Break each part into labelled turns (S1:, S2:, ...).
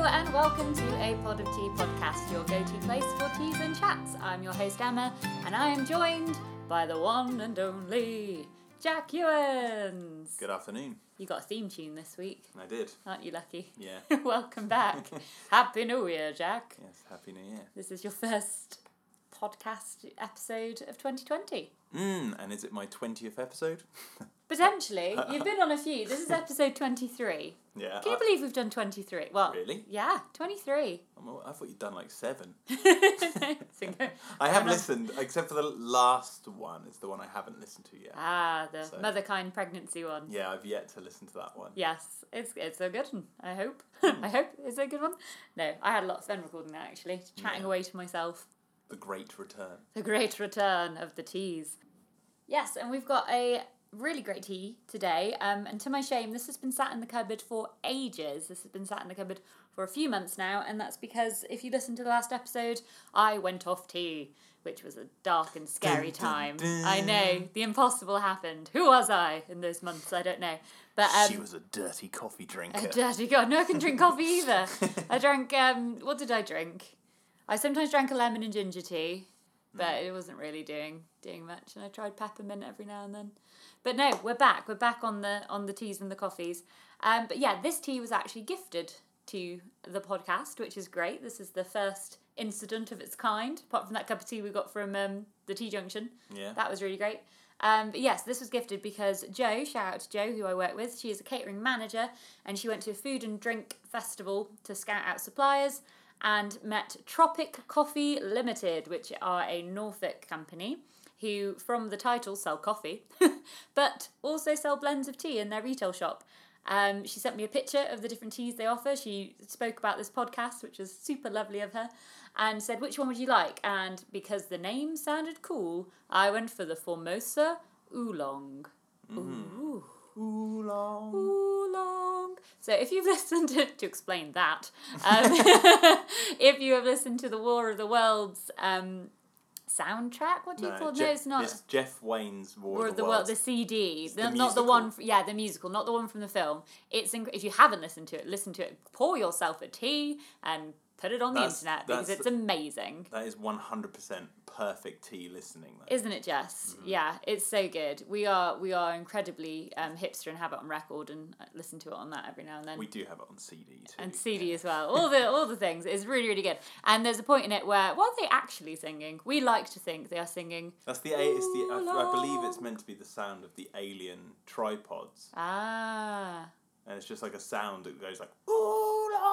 S1: welcome to a Pod of Tea podcast, your go to place for teas and chats. I'm your host Emma, and I am joined by the one and only Jack Ewens.
S2: Good afternoon.
S1: You got a theme tune this week,
S2: I did.
S1: aren't you lucky?
S2: Yeah.
S1: welcome back. Happy New Year, Jack.
S2: Yes. Happy New Year.
S1: This is your first podcast episode of 2020.
S2: Mm, and is it my twentieth episode?
S1: Potentially, you've been on a few. This is episode 23.
S2: Yeah.
S1: Can you
S2: I,
S1: believe we've done 23? Well,
S2: Uh, Really?
S1: Yeah, 23.
S2: I'm all- I thought you'd done like seven.
S1: Single-
S2: I have
S1: enough.
S2: listened, except for the last one. It's the one I haven't listened to yet.
S1: Ah, the
S2: So-
S1: motherkind pregnancy one.
S2: Yeah, I've yet to listen to that one.
S1: Yes, it's it's a good one. I hope.
S2: Hmm.
S1: I hope it's a good one. No, I had a lot of fun recording that actually, chatting
S2: Yeah.
S1: away to myself.
S2: The Great Return.
S1: The great return of the teas. Yes, and we've got a really great tea today. Um, and to my shame, this has been sat in the cupboard for ages. This has been sat in the cupboard for a few months now, and that's because if you listen to the last episode, I went off tea, which was a dark and scary
S2: Dun,
S1: time.
S2: dun, dun.
S1: I know the impossible happened. Who was I in those months? I don't know, but um,
S2: she was a dirty coffee drinker.
S1: a dirty god. No, I can drink coffee either. I drank. Um, what did I drink? I sometimes drank a lemon and ginger tea, but it wasn't really doing doing much. And I tried peppermint every now and then. But no, we're back. We're back on the on the teas and the coffees. Um, but yeah, this tea was actually gifted to the podcast, which is great. This is the first incident of its kind, apart from that cup of tea we got from um, the Tea Junction.
S2: yeah.
S1: That was really great. Um, but yes, this was gifted because Joe, shout out to Joe, who I work with, she is a catering manager and she went to a food and drink festival to scout out suppliers and met Tropic Coffee Limited, which are a Norfolk company who, from the title, sell coffee, but also sell blends of tea in their retail shop. Um, she sent me a picture of the different teas they offer. She spoke about this podcast, which was super lovely of her, and said, Which one would you like? And because the name sounded cool, I went for the Formosa Oolong. Ooh.
S2: Oolong.
S1: Oolong. So if you've listened to, to explain that, um, if you have listened to the War of the Worlds um, soundtrack, what do you call it? no,
S2: Je-
S1: it's not.
S2: It's Jeff Wayne's War,
S1: War
S2: of the, Worlds.
S1: the CD,
S2: the
S1: the- not the
S2: musical.
S1: one. f yeah, the musical, not the one from the film. It's inc- if you haven't listened to it, listen to it. Pour yourself a tea and put it on the
S2: That's-
S1: internet
S2: that's
S1: because it's
S2: the-
S1: amazing,
S2: That is one hundred percent perfect tea listening. Though.
S1: isn't it, Jess?
S2: Mm.
S1: Yeah, it's so good. We are we are incredibly um, hipster and have it on record and uh, listen to it on that every now and then.
S2: we do have it on CD too.
S1: and CD as well. All the all the things. It's really really good. And there's a point in it where what are they actually singing? We like to think they are singing.
S2: That's the. a- It's the.
S1: Oh,
S2: I, I believe it's meant to be the sound of the alien tripods,
S1: Ah.
S2: and it's just like a sound that goes like.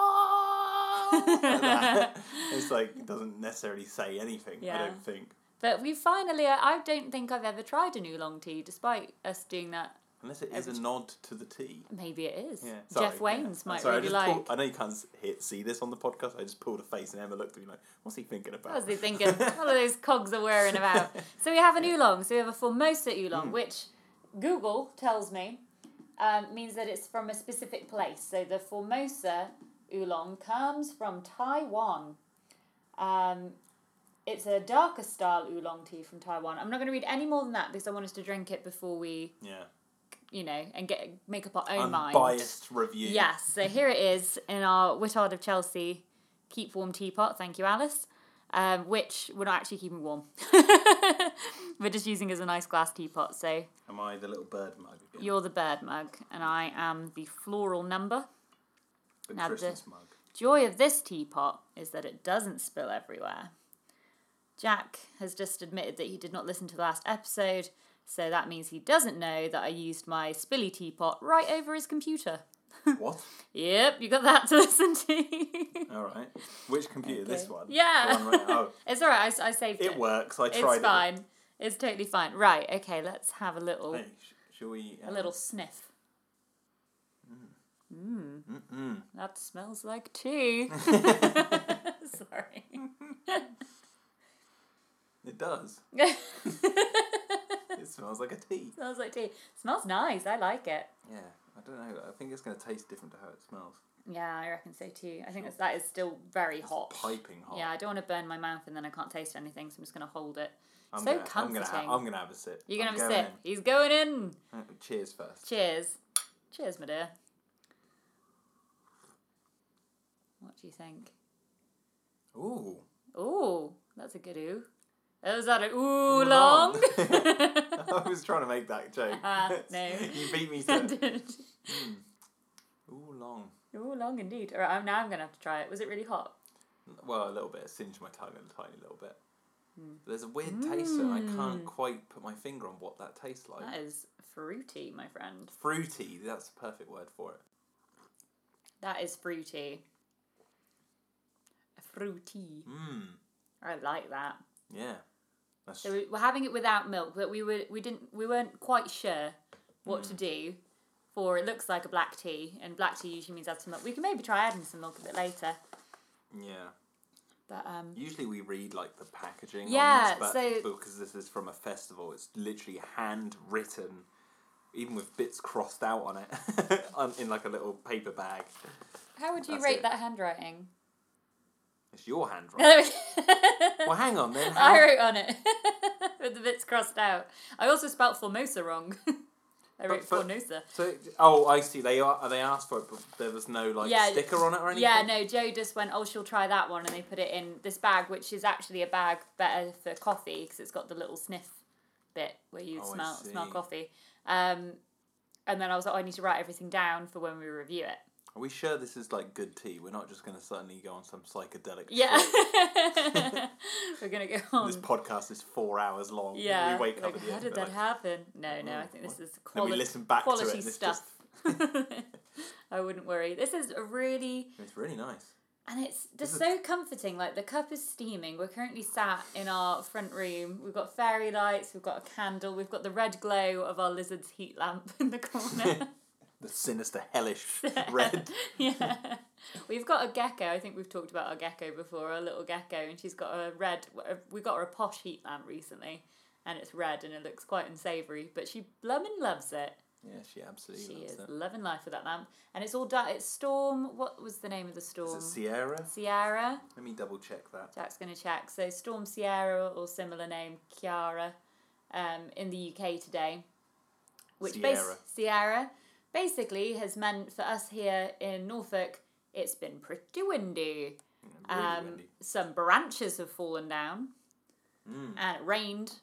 S2: "Oolong," like that. it's like it doesn't necessarily say anything. I
S1: Yeah.
S2: don't think
S1: But we finally, I don't think I've ever tried an oolong tea, despite us doing that.
S2: unless it is a
S1: Every-
S2: nod to the T.
S1: Maybe it is.
S2: Yeah.
S1: Jeff
S2: sorry, yeah.
S1: Wayne's
S2: I'm
S1: might
S2: sorry, I
S1: really
S2: just
S1: like.
S2: pulled- I know you can't s- hit, see this on the podcast. I just pulled a face, and Emma looked at me like, "What's he thinking about?"
S1: What was he thinking? what are those cogs are whirring about? So we have an oolong. So we have a Formosa
S2: Hmm.
S1: oolong, which Google tells me um, means that it's from a specific place. So the Formosa oolong comes from Taiwan. Um, it's a darker style oolong tea from Taiwan. I'm not going to read any more than that because I want us to drink it before we,
S2: yeah.
S1: you know, and get make up our own mind.
S2: Unbiased review.
S1: Yes, so here it is in our Wittard of Chelsea Keep Warm teapot. Thank you, Alice. Um, which we're not actually keeping warm. we're just using as a nice glass teapot. So
S2: Am I the little bird mug again?
S1: you're the bird mug, and I am the floral number.
S2: the
S1: now the-
S2: Christmas mug.
S1: Joy of this teapot is that it doesn't spill everywhere. Jack has just admitted that he did not listen to the last episode, so that means he doesn't know that I used my spilly teapot right over his computer.
S2: What?
S1: Yep, you got that to listen to.
S2: All right. Which computer? This
S1: Okay.
S2: one.
S1: Yeah.
S2: The one right- oh,
S1: It's all right. I s- I, saved it.
S2: it works. I
S1: It's
S2: tried it.
S1: fine. It's totally fine. Right. Okay. Let's have a little
S2: Hey, sh- shall we?
S1: a
S2: um,
S1: little sniff. Mm. That smells like tea. Sorry.
S2: um, It does. It smells like a tea.
S1: smells like tea. Smells nice. I like it.
S2: Yeah. I don't know. I think it's going to taste different to how it smells.
S1: Yeah, I reckon so too. I think that's, that is still very hot.
S2: Piping hot.
S1: Yeah, I don't want to burn my mouth and then I can't taste anything, so I'm just gonna hold it.
S2: I'm
S1: so
S2: gonna, I'm gonna, ha-
S1: comforting.
S2: I'm gonna have a sip.
S1: You're gonna
S2: I'm
S1: have a
S2: going
S1: sip. He's going in.
S2: in. Uh, Cheers first.
S1: Cheers. Cheers, my dear. What do you think?
S2: Ooh.
S1: Ooh, that's a good ooh. Oh, is that a ooh long?
S2: I was trying to make that joke.
S1: Ah, no.
S2: you beat me to it.
S1: ooh,
S2: Ooh, long.
S1: long indeed. All right, I'm, now I'm going to have to try it. Was it really hot?
S2: Well, a little bit. It singed my tongue a tiny little bit.
S1: Hmm.
S2: There's a weird taste, and I can't quite put my finger on what that tastes like.
S1: That is fruity, my friend.
S2: Fruity. That's the perfect word for it.
S1: That is fruity. Fruity.
S2: Mmm.
S1: Hmm. I like that.
S2: Yeah. That's
S1: So we were having it without milk, but we were we didn't we weren't quite sure what to do. For it looks like a black tea, and black tea usually means add some milk. We can maybe try adding some milk a bit later,
S2: yeah.
S1: but um,
S2: Usually we read like the packaging.
S1: Yeah,
S2: On this, but
S1: so-
S2: because this is from a festival, it's literally handwritten, even with bits crossed out on it, on, in like a little paper bag.
S1: how would you
S2: That's
S1: rate
S2: it.
S1: that handwriting?
S2: It's your handwriting.
S1: I
S2: well, hang on then. how-
S1: wrote on it with the bits crossed out. I also spelt Formosa wrong. I wrote
S2: but-
S1: Formosa.
S2: So, oh, I see. They are. They asked for it, but there was no like
S1: Yeah,
S2: sticker on it or anything.
S1: Yeah, no, Joe just went, oh, she'll try that one, and they put it in this bag, which is actually a bag better for coffee because it's got the little sniff bit where you
S2: Oh, I
S1: smell smell
S2: see.
S1: coffee. Um, and then I was like, oh, I need to write everything down for when we review it.
S2: Are we sure this is like good tea? We're not just going to suddenly go on some psychedelic.
S1: Yeah,
S2: trip.
S1: we're gonna go
S2: This
S1: on.
S2: podcast is four hours long.
S1: Yeah,
S2: We wake
S1: like,
S2: up at the
S1: how
S2: end
S1: did
S2: of it,
S1: that
S2: like,
S1: happen? No, no, I
S2: "Oh,
S1: think this is
S2: Then we
S1: quality,
S2: listen back to it.
S1: quality
S2: and it's
S1: stuff.
S2: just-
S1: I wouldn't worry. This is a really
S2: it's really nice.
S1: And it's just
S2: is-
S1: so comforting. Like the cup is steaming. We're currently sat in our front room. We've got fairy lights. We've got a candle. We've got the red glow of our lizard's heat lamp in the corner.
S2: The sinister, hellish red.
S1: yeah, we've got a gecko. I think we've talked about our gecko before. Our little gecko, and she's got a red. uh, We got her a posh heat lamp recently, and it's red and it looks quite unsavoury. But she bloomin' loves it.
S2: Yeah, she absolutely
S1: She
S2: loves
S1: is
S2: it.
S1: loving life with that lamp, and it's all dark. It's storm. What was the name of the
S2: Is
S1: storm?
S2: it Sierra?
S1: Sierra.
S2: Let me double check that.
S1: Jack's going to check. So Storm Sierra or similar name Kiara um, in the UK today, which
S2: Sierra.
S1: Bas- Sierra basically has meant for us here in Norfolk, it's been pretty windy.
S2: Really
S1: um,
S2: windy.
S1: Some branches have fallen down, and it rained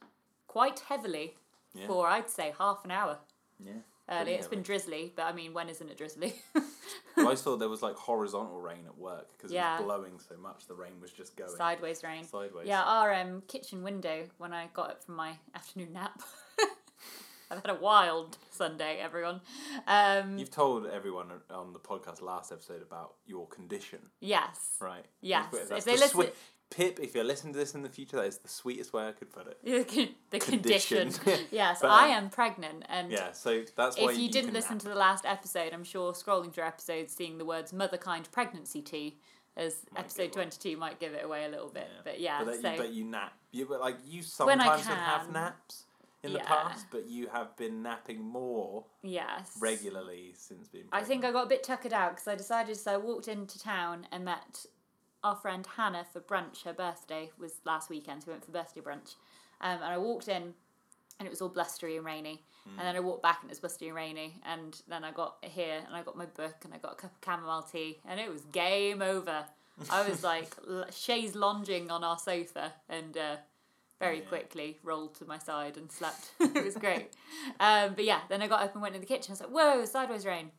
S1: quite heavily
S2: Mm. Yeah.
S1: for I'd say half an hour.
S2: Yeah.
S1: Early.
S2: pretty
S1: It's been
S2: heavy.
S1: drizzly, but I mean, when isn't it drizzly?
S2: Well, I saw there was like horizontal rain at work because
S1: Yeah.
S2: it was blowing so much. The rain was just going.
S1: Sideways rain.
S2: Sideways.
S1: Yeah, our um, kitchen window when I got up from my afternoon nap. I've had a wild Sunday, everyone. Um,
S2: You've told everyone on the podcast last episode about your condition,
S1: yes.
S2: right?
S1: Yes,
S2: That's
S1: if
S2: the
S1: they listen-
S2: sweet- Pip, if you're listening to this in the future, that is the sweetest way I could put it.
S1: The con- the condition.
S2: Condition.
S1: yes,
S2: But,
S1: I
S2: um,
S1: am pregnant. And
S2: Yeah, so that's why
S1: if you, didn't
S2: can
S1: listen
S2: nap.
S1: to the last episode, I'm sure scrolling through episodes, seeing the words motherkind pregnancy tea as
S2: Might
S1: episode
S2: give away.
S1: 22 might give it away a little bit.
S2: Yeah.
S1: But yeah,
S2: but, that
S1: so
S2: you, but you nap. You but like you
S1: When I
S2: sometimes would have
S1: can.
S2: naps in the
S1: Yeah.
S2: past, but you have been napping more
S1: yes.
S2: regularly since being.
S1: I think
S2: pregnant.
S1: I got a bit tuckered out because I decided. So I walked into town and met our friend Hannah for brunch. Her birthday was last weekend, so we went for birthday brunch. Um, and I walked in, and it was all blustery and rainy. And then I walked back, and it was blustery and rainy. And then I got here, and I got my book, and I got a cup of chamomile tea, and it was game over. I was like l- chaise lunging on our sofa, and uh, very
S2: Yeah.
S1: quickly rolled to my side and slept. it was great. Um, but yeah, then I got up and went in the kitchen. I was like, whoa, sideways rain.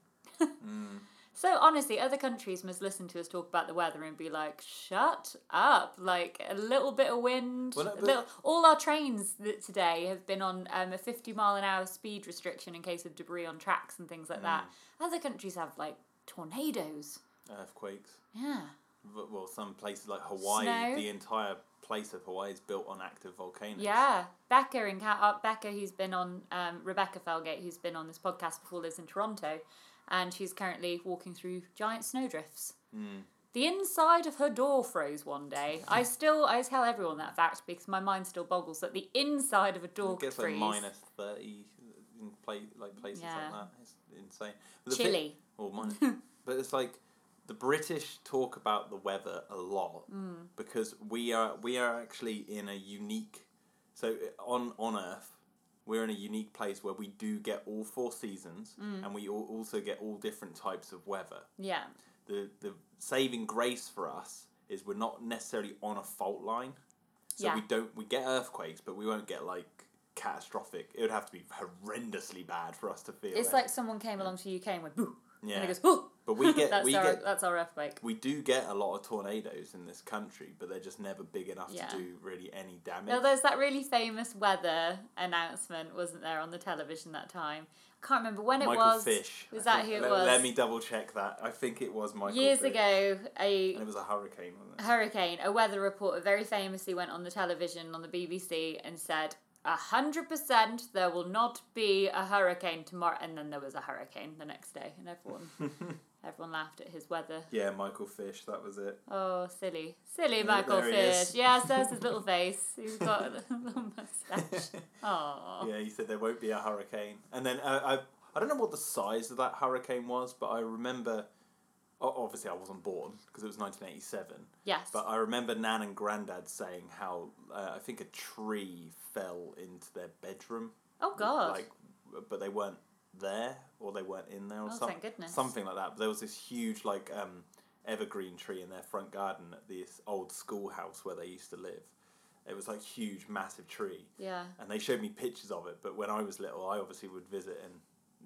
S1: So honestly, other countries must listen to us talk about the weather and be like, "Shut up!" Like a little bit of wind.
S2: Well, no,
S1: a
S2: but-
S1: little, all our trains that today have been on um, a fifty mile an hour speed restriction in case of debris on tracks and things like that.
S2: Hmm.
S1: Other countries have like tornadoes.
S2: earthquakes.
S1: Yeah.
S2: v- Well, some places like Hawaii,
S1: Snow.
S2: the entire place of Hawaii is built on active volcanoes.
S1: Yeah, Becca in Ca- uh, Becca, who's been on um, Rebecca Felgate, who's been on this podcast before, lives in Toronto, and she's currently walking through giant snowdrifts.
S2: Mm.
S1: The inside of her door froze one day. I still I tell everyone that fact because my mind still boggles that the inside of a door
S2: It gets
S1: could
S2: like
S1: freeze.
S2: minus thirty in play like places
S1: Yeah.
S2: like that. It's insane. But the thing-
S1: Chilly.
S2: or minus, but it's like the British talk about the weather a lot
S1: Mm.
S2: because we are we are actually in a unique. So on on Earth, we're in a unique place where we do get all four seasons,
S1: Mm.
S2: and we al- also get all different types of weather
S1: Yeah,
S2: the the saving grace for us is we're not necessarily on a fault line. So
S1: Yeah.
S2: we don't we get earthquakes, but we won't get like catastrophic. It would have to be horrendously bad for us to feel.
S1: It's
S2: it.
S1: like someone came along to the UK and went boo, and
S2: yeah,
S1: it goes boo.
S2: but we get
S1: that's
S2: we
S1: our
S2: get
S1: that's our earthquake.
S2: we do get a lot of tornadoes in this country, but they're just never big enough
S1: Yeah.
S2: to do really any damage.
S1: Now there's that really famous weather announcement, wasn't there, on the television that time? I can't remember when it
S2: Michael
S1: was.
S2: Fish.
S1: was
S2: I
S1: that
S2: think-
S1: who it
S2: let,
S1: was?
S2: Let me double check that. I think it was Michael.
S1: Years
S2: Fish.
S1: ago, a
S2: and it was a hurricane, wasn't it?
S1: hurricane, a weather reporter very famously went on the television on the BBC and said, "A hundred percent, there will not be a hurricane tomorrow." And then there was a hurricane the next day, and everyone, everyone laughed at his weather.
S2: Yeah, Michael Fish. That was it.
S1: Oh, silly, silly
S2: There-
S1: Michael
S2: there he
S1: Fish.
S2: is.
S1: Yes, there's his little face. He's got a little mustache. Oh,
S2: Yeah, he said there won't be a hurricane, and then uh, I I don't know what the size of that hurricane was, but I remember. o- Obviously, I wasn't born because it was nineteen eighty seven.
S1: yes.
S2: But I remember Nan and Grandad saying how uh, I think a tree fell into their bedroom.
S1: oh God.
S2: Like, but they weren't there, or they weren't in there, or
S1: Oh,
S2: some-
S1: thank goodness.
S2: something like that. But there was this huge like um, evergreen tree in their front garden at this old schoolhouse where they used to live. It was like huge, massive tree,
S1: yeah.
S2: and they showed me pictures of it. But when I was little, I obviously would visit, and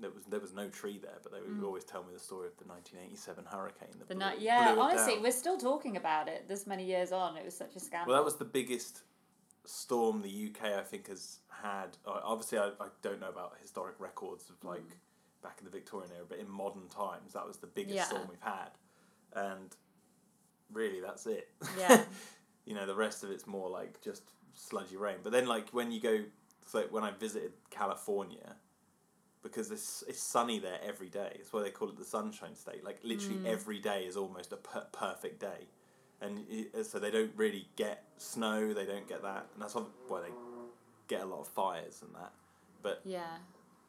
S2: there was there was no tree there. But they would always tell me the story of the nineteen eighty seven hurricane. that
S1: Mm. The
S2: blew-
S1: night, yeah.
S2: blew it
S1: Honestly,
S2: down.
S1: we're still talking about it this many years on. It was such a scandal.
S2: Well, that was the biggest storm the UK, I think, has had. Uh, obviously, I, I don't know about historic records
S1: Mm.
S2: of like back in the Victorian era, but in modern times, that was the biggest
S1: Yeah.
S2: storm we've had. And really, that's it.
S1: Yeah.
S2: you know, the rest of it's more like just sludgy rain. But then, like, when you go, so when I visited California, because it's, it's sunny there every day. It's why they call it the sunshine state. Like literally every day is almost a per- perfect day, and i- uh, so they don't really get snow. They don't get that, and that's ob- why they get a lot of fires and that. But
S1: yeah.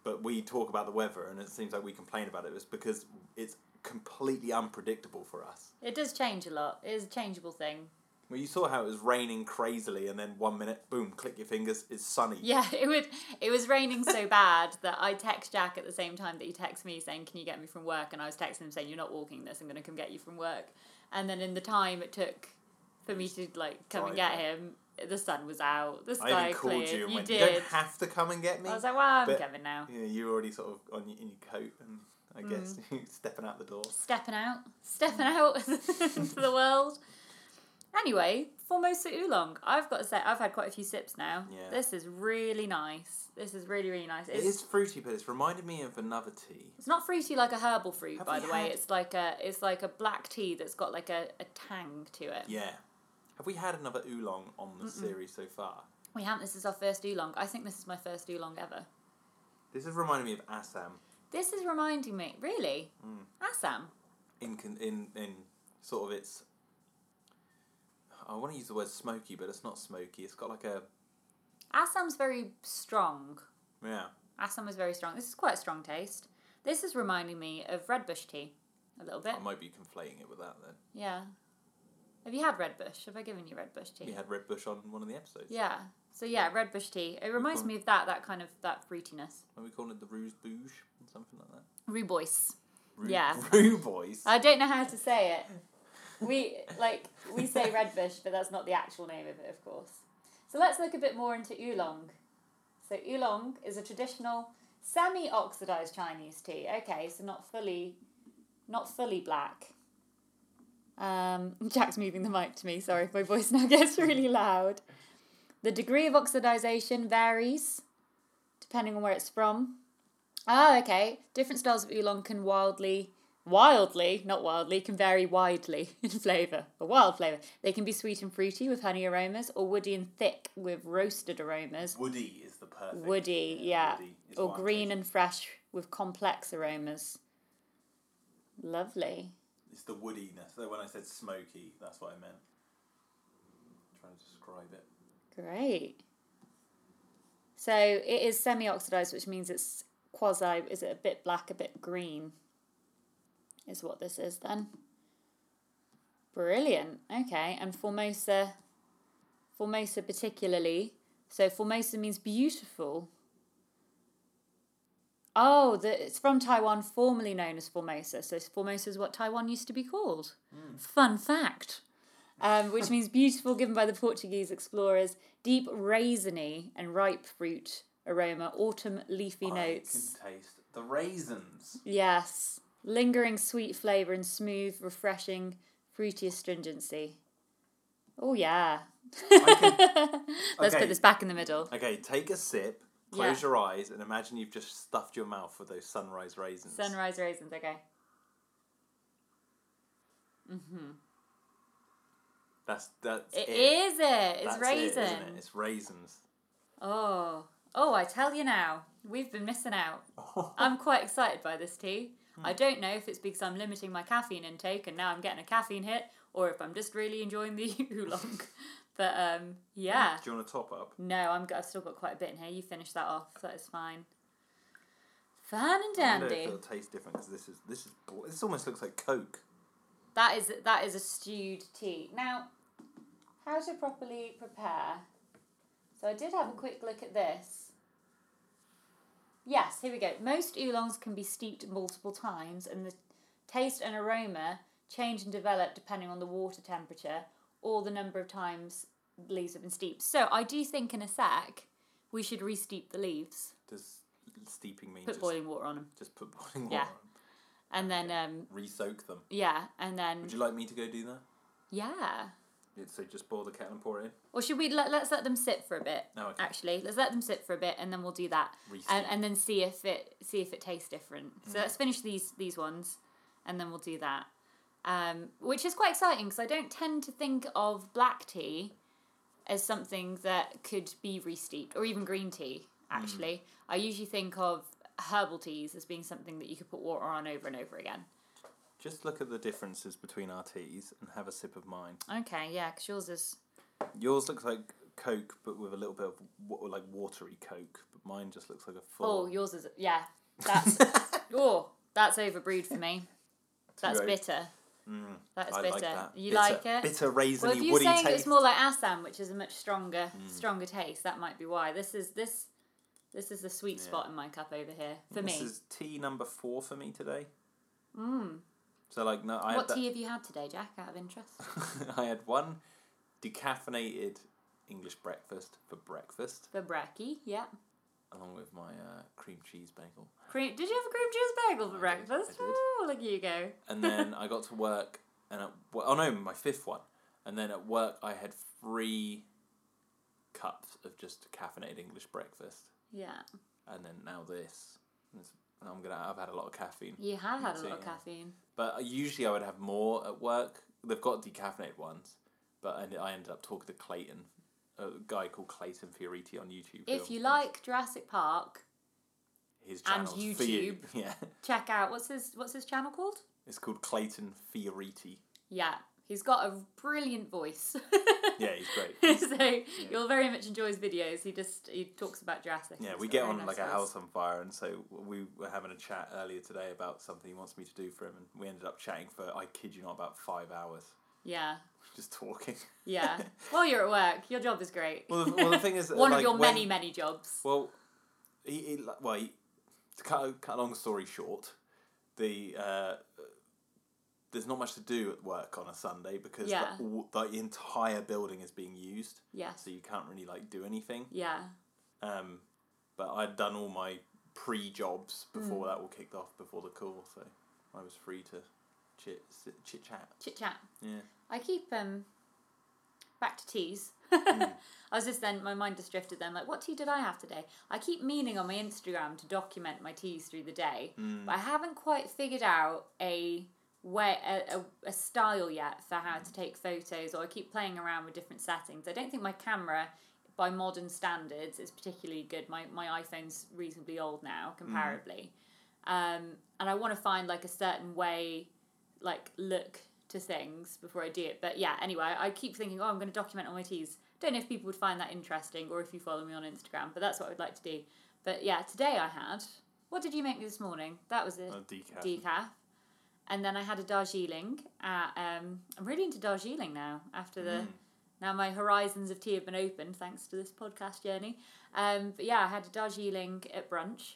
S2: but we talk about the weather, and it seems like we complain about it. It's because it's completely unpredictable for us.
S1: It does change a lot. It is a changeable thing.
S2: Well, you saw how it was raining crazily, and then one minute, boom, click your fingers, it's sunny.
S1: Yeah, it would. It was raining so bad that I text Jack at the same time that he texts me saying, "Can you get me from work?" And I was texting him saying, "You're not walking this. I'm going to come get you from work." And then in the time it took for me to like come and get
S2: Drive.
S1: him, the sun was out. The
S2: I
S1: sky
S2: even called
S1: cleared.
S2: you and went,
S1: did.
S2: "You don't have to come and get me."
S1: I was like, "Well, I'm
S2: But-
S1: coming now."
S2: Yeah, you're already sort of on your, in your coat and I
S1: Mm.
S2: guess stepping out the door.
S1: stepping out, stepping
S2: Mm.
S1: out into the world. Anyway, Formosa oolong. I've got to say, I've had quite a few sips now.
S2: Yeah.
S1: This is really nice. This is really really nice.
S2: It
S1: It's,
S2: is fruity, but it's reminded me of another tea.
S1: it's not fruity like a herbal fruit,
S2: Have
S1: by
S2: we
S1: the way.
S2: had-
S1: It's like a it's like a black tea that's got like a, a tang to it.
S2: Yeah. Have we had another oolong on the series so far?
S1: We haven't. This is our first oolong. I think this is my first oolong ever.
S2: This is reminding me of Assam
S1: This is reminding me, really,
S2: Hmm.
S1: Assam.
S2: in con- in in sort of its. I want to use the word smoky, but it's not smoky. It's got like a
S1: Assam's very strong.
S2: yeah.
S1: Assam was very strong. This is quite a strong taste. This is reminding me of redbush tea a little bit.
S2: I might be conflating it with that then.
S1: Yeah. Have you had red bush? Have I given you red bush tea?
S2: We had red bush on one of the episodes.
S1: Yeah. So yeah, red bush tea. It reminds me of that, that kind of that fruitiness.
S2: Are we calling it the Rouge Bouge or something like that?
S1: Rubois.
S2: Roo,
S1: Yeah.
S2: Roo Boys.
S1: I don't know how to say it. We like we say red bush, but that's not the actual name of it, of course. So let's look a bit more into oolong. So oolong is a traditional semi-oxidized Chinese tea. Okay, so not fully, not fully black. Um, Jack's moving the mic to me. Sorry, if my voice now gets really loud. The degree of oxidization varies depending on where it's from. Oh, okay. Different styles of oolong can wildly, wildly, not wildly, can vary widely in flavour. A wild flavour. They can be sweet and fruity with honey aromas, or woody and thick with roasted aromas.
S2: Woody is the perfect.
S1: Woody, yeah.
S2: woody is
S1: or
S2: what I'm
S1: green
S2: tasting.
S1: and fresh with complex aromas. Lovely.
S2: It's the woodiness. So when I said smoky, that's what I meant. trying to describe it.
S1: Great. So it is semi oxidized, which means it's quasi, is it a bit black, a bit green? Is what this is then. Brilliant. Okay. And Formosa, Formosa particularly. So Formosa means beautiful. Oh, the, it's from Taiwan,
S2: Hmm.
S1: formerly known as Formosa. So Formosa is what Taiwan used to be called. Fun fact. um, which means beautiful, given by the Portuguese explorers, deep raisiny and ripe fruit aroma, autumn leafy notes.
S2: I can taste the raisins.
S1: Yes, lingering sweet flavour and smooth, refreshing, fruity astringency. Oh, yeah. Let's
S2: Okay.
S1: put this back in the middle.
S2: Okay, take a sip,
S1: Yeah.
S2: close your eyes, and imagine you've just stuffed your mouth with those sunrise raisins.
S1: Sunrise raisins, okay.
S2: That's that's
S1: It
S2: it.
S1: is it. It's
S2: That's it,
S1: raisin.
S2: isn't it? It's raisins.
S1: Oh, oh! I tell you now, we've been missing out. I'm quite excited by this tea.
S2: Hmm.
S1: I don't know if it's because I'm limiting my caffeine intake and now I'm getting a caffeine hit, or if I'm just really enjoying the oolong. but um, yeah,
S2: Do you want to top up?
S1: no, I'm. g- I've still got quite a bit in here. You finish that off. That is fine. Fan and
S2: I don't know
S1: dandy.
S2: if it'll taste different because this is this is bl- this almost looks like Coke.
S1: That is that is a stewed tea. Now, how to properly prepare? So I did have a quick look at this. Yes, here we go. Most oolongs can be steeped multiple times, and the taste and aroma change and develop depending on the water temperature or the number of times leaves have been steeped. So I do think in a sec we should re-steep the leaves,
S2: Does steeping mean
S1: put
S2: just
S1: boiling water on them,
S2: just put boiling water,
S1: Yeah.
S2: on,
S1: and then um,
S2: re-soak them?
S1: yeah, and then
S2: Would you like me to go do that?
S1: yeah.
S2: Yeah, So just boil the kettle and pour it in.
S1: Or should we let, let's let them sit for a bit?
S2: Oh, okay.
S1: Actually, let's let them sit for a bit, and then we'll do that,
S2: Reseat.
S1: and, and then see if it see if it tastes different.
S2: Mm.
S1: So let's finish these these ones, and then we'll do that. Um, which is quite exciting because I don't tend to think of black tea as something that could be re-steeped, or even green tea.
S2: Mm.
S1: Actually, I usually think of herbal teas as being something that you could put water on over and over again.
S2: Just look at the differences between our teas and have a sip of mine.
S1: Okay, yeah, because yours is
S2: Yours looks like Coke, but with a little bit of wa- like watery Coke. But mine just looks like a
S1: Oh,
S2: full.
S1: yours is yeah. That's oh, that's overbrewed for me. That's
S2: Right.
S1: bitter. That is
S2: Mm, I
S1: bitter.
S2: like that.
S1: You
S2: bitter,
S1: like it?
S2: Bitter e- raisiny
S1: well, if you're
S2: woody
S1: saying
S2: taste. Mm.
S1: it's more like Assam, which is a much stronger, stronger taste, that might be why. This is this, this is the sweet spot in my cup over here for
S2: this
S1: me.
S2: is tea number four for me today. Mm. So like no, I
S1: what
S2: had
S1: tea have you had today, Jack? Out of interest.
S2: that, I had one decaffeinated English breakfast for breakfast,
S1: The brekkie, yeah.
S2: along with my uh, cream cheese bagel.
S1: Cream. Did you have a cream cheese bagel for
S2: I did, I
S1: breakfast?
S2: did.
S1: Oh, look at you go.
S2: and then I got to work, and at, wo- oh no, my fifth one, and then at work I had three cups of just caffeinated English breakfast,
S1: Yeah,
S2: and then now this. And it's- and I'm gonna. I've had a lot of caffeine,
S1: you have had a
S2: That's
S1: lot
S2: it,
S1: of
S2: yeah.
S1: caffeine.
S2: but usually I would have more at work. They've got decaffeinated ones, but I, I ended up talking to Clayton, a guy called Clayton Fioriti on YouTube. who
S1: If you
S2: owns
S1: like Jurassic Park,
S2: his
S1: and
S2: channels for you.
S1: YouTube.
S2: yeah,
S1: check out what's his what's his channel called?
S2: it's called Clayton Fioriti.
S1: Yeah, he's got a brilliant voice.
S2: Yeah, he's great.
S1: so you'll very much enjoy his videos. He just he talks about Jurassic.
S2: Yeah,
S1: He's
S2: we
S1: got
S2: get
S1: very
S2: on
S1: nice
S2: like a
S1: voice.
S2: house on fire, and so we were having a chat earlier today about something he wants me to do for him, and we ended up chatting for I kid you not about five hours,
S1: Yeah,
S2: just talking.
S1: yeah. While you're at work, your job is great.
S2: Well, the, well, the thing is, that,
S1: One
S2: like,
S1: of your
S2: when-
S1: many many jobs.
S2: Well, he, he like, well, he, to cut a, cut a long story short, the uh, there's not much to do at work on a Sunday because
S1: Yeah.
S2: the, all, the entire building is being used,
S1: Yes.
S2: so you can't really like do anything.
S1: Yeah.
S2: Um, but I'd done all my pre jobs before that all kicked off before the call, so I was free to chit chit chat.
S1: Chit chat.
S2: Yeah.
S1: I keep um. Back to teas.
S2: Hmm.
S1: I was just then my mind just drifted. Then like, what tea did I have today? I keep meaning on my Instagram to document my teas through the day,
S2: Hmm.
S1: but I haven't quite figured out a way a, a, a style yet for how to take photos. Or I keep playing around with different settings. I don't think my camera, by modern standards, is particularly good. My my iPhone's reasonably old now, comparably, um, and I want to find like a certain way like look to things before I do it. But yeah, anyway, I keep thinking, oh, I'm going to document all my teas. Don't know if people would find that interesting or if you follow me on Instagram, but that's what I would like to do. But yeah, today I had. What did you make me this morning? That was it
S2: A decaf.
S1: Uh, decaf. And then I had a Darjeeling. At, um, I'm really into Darjeeling now. After the now my horizons of tea have been opened thanks to this podcast journey. Um, but yeah, I had a Darjeeling at brunch,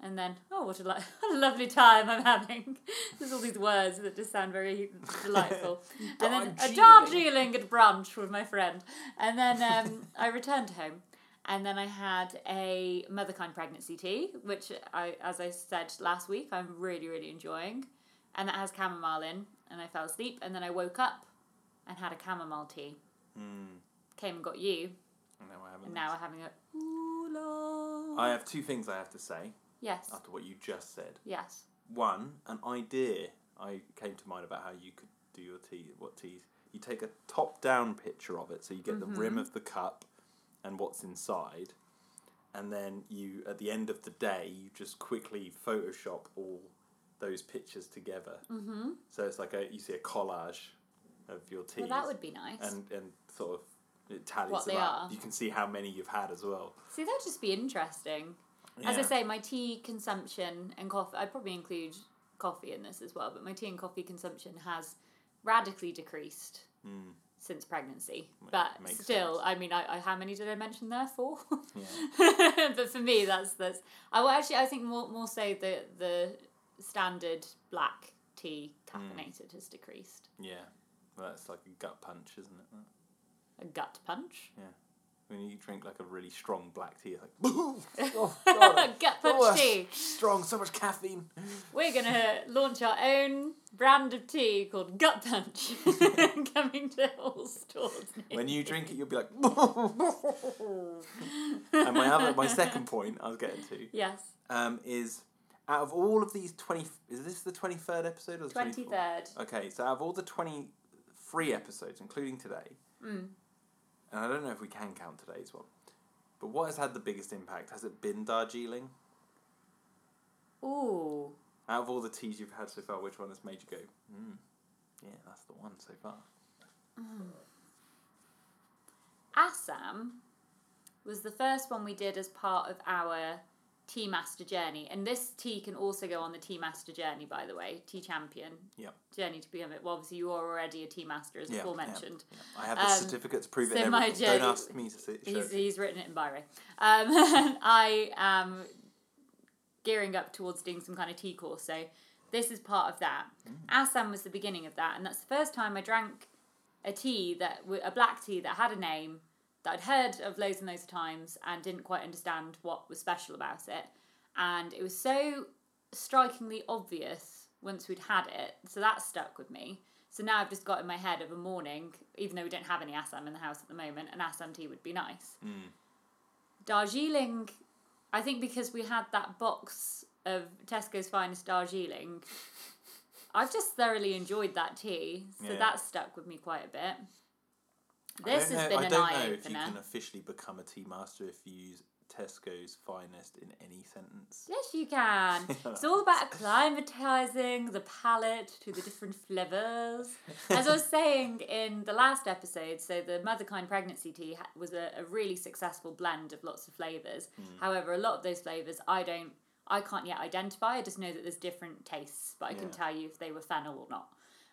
S1: And then, oh, what a, lo- what a lovely time I'm having. There's all these words that just sound very delightful. and then a Darjeeling at brunch with my friend. And then um, I returned home. And then I had a motherkind pregnancy tea, which I, as I said last week, I'm really, really enjoying. And that has chamomile in. And I fell asleep. And then I woke up and had a chamomile tea.
S2: Mm.
S1: Came and got you.
S2: No, I haven't.
S1: And now we're having a oolong.
S2: I have two things I have to say
S1: Yes.
S2: after what you just said.
S1: Yes.
S2: One, an idea I came to mind about how you could do your tea. What teas? You take a top-down picture of it, so you get the
S1: Mm-hmm.
S2: rim of the cup and what's inside, and then you, at the end of the day, you just quickly Photoshop all those pictures together. Mm-hmm. So it's like a you see a collage of your teas,
S1: Well, that would be nice.
S2: and and sort of it tallies
S1: What
S2: them
S1: they
S2: up.
S1: are.
S2: You can see how many you've had as well.
S1: See, that'd just be interesting. As I
S2: Yeah.
S1: say, my tea consumption and coffee, I'd probably include coffee in this as well, but my tea and coffee consumption has radically decreased since pregnancy. but
S2: Hmm. makes
S1: still,
S2: sense.
S1: I mean, I, I, how many did I mention there? Four?
S2: Yeah.
S1: but for me, that's, that's, I well, actually, I think more, more so the, the standard black tea
S2: Hmm.
S1: caffeinated has decreased.
S2: Yeah. Well, that's like a gut punch, isn't it? That?
S1: A gut punch.
S2: When you drink like a really strong black tea, it's like, oh,
S1: gut punch
S2: that's
S1: tea.
S2: strong, so much caffeine.
S1: We're going to launch our own brand of tea called Gut Punch coming to all stores. near
S2: When you drink it, you'll be like, and my other, my second point I was getting to
S1: Yes,
S2: um, is out of all of these 20, is this the 23rd episode or the 24th?
S1: 23rd.
S2: Okay, so out of all the 23 episodes, including today, and I don't know if we can count today's one, but what has had the biggest impact? Has it been Darjeeling?
S1: Ooh.
S2: Out of all the teas you've had so far, which one has made you go, mm, yeah, that's the one so far?
S1: Assam was the first one we did as part of our Tea Master journey. And this tea can also go on the Tea Master journey, by the way, Tea Champion
S2: Yep.
S1: journey to become it. Well, obviously, you are already a Tea Master, as
S2: Yeah,
S1: Paul
S2: yeah,
S1: mentioned.
S2: yeah. I have the
S1: Um,
S2: certificate to prove it.
S1: so
S2: and
S1: my
S2: everything. Don't
S1: joke-
S2: ask me to sit. show
S1: He's,
S2: it.
S1: he's written it in Byron. Um, and I am gearing up towards doing some kind of tea course, so this is part of that. Assam was the beginning of that, and that's the first time I drank a tea that w- a black tea that had a name that I'd heard of loads and loads of times and didn't quite understand what was special about it, and it was so strikingly obvious once we'd had it, so that stuck with me. So now I've just got in my head of a morning, even though we don't have any Assam in the house at the moment, an Assam tea would be nice.
S2: Mm.
S1: Darjeeling, I think because we had that box of Tesco's finest Darjeeling, I've just thoroughly enjoyed that tea. So
S2: Yeah.
S1: that stuck with me quite a bit.
S2: I
S1: This
S2: don't
S1: has
S2: know,
S1: been
S2: I
S1: an
S2: don't
S1: eye
S2: know if you can
S1: opener.
S2: officially become a tea master if you use Tesco's finest in any sentence.
S1: Yes, you can. it's all about acclimatizing the palate to the different flavors. As I was saying in the last episode, so the Motherkind pregnancy tea ha- was a, a really successful blend of lots of flavors. However, a lot of those flavors I don't, I can't yet identify. I just know that there's different tastes, but I can
S2: Yeah.
S1: tell you if they were fennel or not.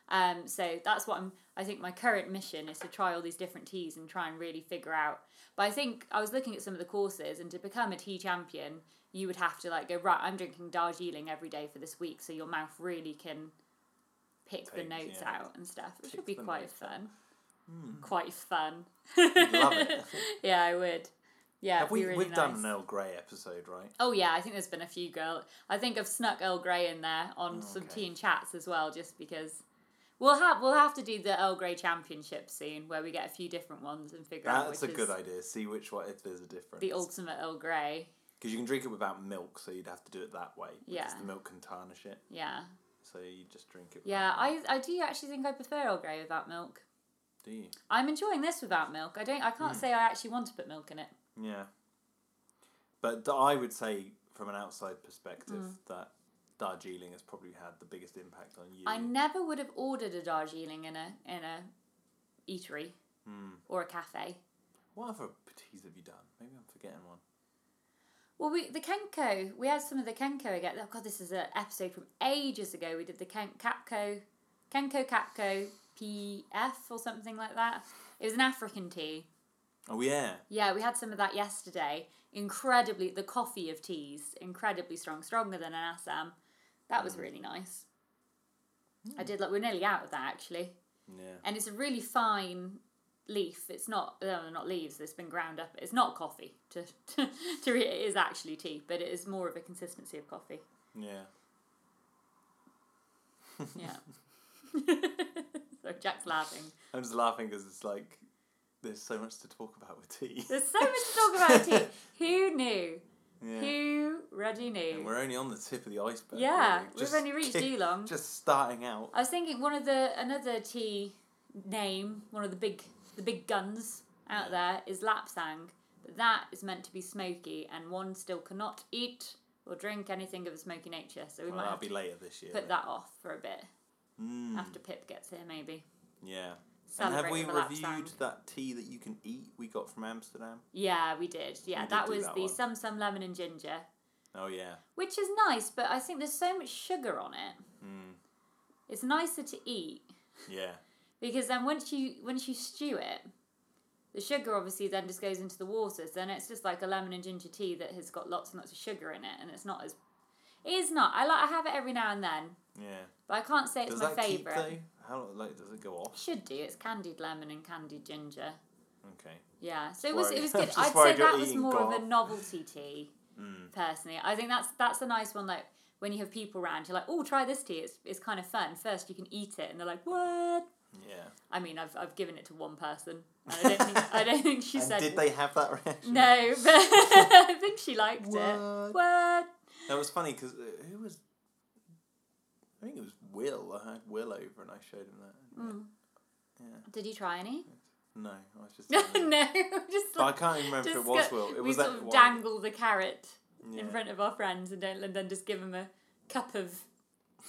S1: Um, so that's what I'm. I think my current mission is to try all these different teas and try and really figure out. But I think I was looking at some of the courses, and to become a tea champion, you would have to like go right. I'm drinking Darjeeling every day for this week, so your mouth really can pick the
S2: Take-
S1: notes
S2: yeah.
S1: out and stuff. It should
S2: Pick
S1: be
S2: the
S1: quite
S2: notes Hmm.
S1: fun. Quite fun.
S2: love it.
S1: yeah, I would. Yeah,
S2: Have
S1: it'd be
S2: we?
S1: really
S2: we've
S1: nice.
S2: done an Earl Grey episode, right?
S1: Oh yeah, I think there's been a few girl. I think I've snuck Earl Grey in there on some
S2: Oh, okay.
S1: teen chats as well, just because we'll have we'll have to do the Earl Grey Championship soon, where we get a few different ones and figure out which
S2: That's a
S1: is
S2: good idea. See which one if there's a difference.
S1: the ultimate Earl Grey.
S2: Because you can drink it without milk, so you'd have to do it that way. Because
S1: Yeah.
S2: the milk can tarnish it,
S1: Yeah,
S2: so you just drink it.
S1: yeah.
S2: without milk.
S1: I I do actually think I prefer Earl Grey without milk.
S2: do. You?
S1: I'm enjoying this without milk. I don't. I can't say I actually want to put milk in it.
S2: Yeah. But d- I would say, from an outside perspective,
S1: Mm.
S2: that Darjeeling has probably had the biggest impact on you.
S1: I never would have ordered a Darjeeling in a in a eatery
S2: Hmm.
S1: or a cafe.
S2: What other teas have you done? Maybe I'm forgetting one.
S1: Well, we the Kenko. We had some of the Kenko again. Oh God, this is an episode from ages ago. We did the Ken, Capco, Kenko Capco PF or something like that. It was an African tea,
S2: Oh yeah.
S1: Yeah, we had some of that yesterday. Incredibly, the coffee of teas, incredibly strong, stronger than an Assam. That
S2: Mm.
S1: was really nice. I did like we're nearly out of that actually,
S2: Yeah.
S1: and it's a really fine leaf. It's not no, not leaves. It's been ground up. It's not coffee. To to, to re- it is actually tea, but it is more of a consistency of coffee.
S2: Yeah.
S1: Yeah. so Jack's laughing.
S2: I'm just laughing because it's like there's so much to talk about with tea.
S1: There's so much to talk about tea. Who knew?
S2: Yeah.
S1: Who ready
S2: And
S1: knew?
S2: we're only on the tip of the iceberg.
S1: Yeah,
S2: really.
S1: we've
S2: Just
S1: only reached
S2: kick-
S1: Geelong.
S2: Just starting out.
S1: I was thinking one of the another tea name, one of the big the big guns out there is Lapsang, but that is meant to be smoky, and one still cannot eat or drink anything of a smoky nature. So we
S2: Well,
S1: might
S2: that'll
S1: have
S2: be
S1: to
S2: later this year.
S1: put
S2: then.
S1: that off for a bit
S2: Mm,
S1: after Pip gets here, maybe.
S2: yeah. And
S1: Celebrate
S2: have we
S1: with a Lapsang.
S2: reviewed that tea that you can eat we got from Amsterdam?
S1: Yeah, we did. Yeah,
S2: We did
S1: that
S2: do
S1: was
S2: that
S1: the
S2: one.
S1: some some lemon and ginger,
S2: Oh yeah.
S1: which is nice, but I think there's so much sugar on it.
S2: Mm,
S1: It's nicer to eat
S2: yeah.
S1: because then once you once you stew it the sugar obviously then just goes into the water so then it's just like a lemon and ginger tea that has got lots and lots of sugar in it and it's not as it is not i like i have it every now and then
S2: Yeah.
S1: but i can't say it's
S2: Does
S1: my
S2: that
S1: favorite
S2: keep though? How like does it go off?
S1: should do it's candied lemon and candied ginger
S2: Okay.
S1: yeah so it was it
S2: Worried.
S1: was
S2: I'm
S1: good
S2: just
S1: i'd say
S2: worried you're
S1: that was
S2: eating
S1: more of a
S2: garlic.
S1: novelty tea
S2: Hmm.
S1: personally i think that's that's a nice one like when you have people around you're like oh try this tea it's, it's kind of fun first you can eat it and they're like what
S2: Yeah.
S1: I mean, I've, I've given it to one person. And I don't think I don't think she
S2: and
S1: said
S2: did they have that reaction?
S1: no, but I think she liked it.
S2: What?
S1: What?
S2: That was funny because who was? I think it was Will. I had Will over and I showed him that.
S1: Mm. Did you try any?
S2: No, I was just.
S1: No,
S2: telling him.
S1: no, just
S2: but I
S1: like,
S2: can't even remember if it
S1: just
S2: was
S1: go-
S2: Will. It
S1: we
S2: was
S1: sort
S2: that
S1: of
S2: one.
S1: dangle the carrot
S2: Yeah.
S1: in front of our friends and don't and then just give them a cup of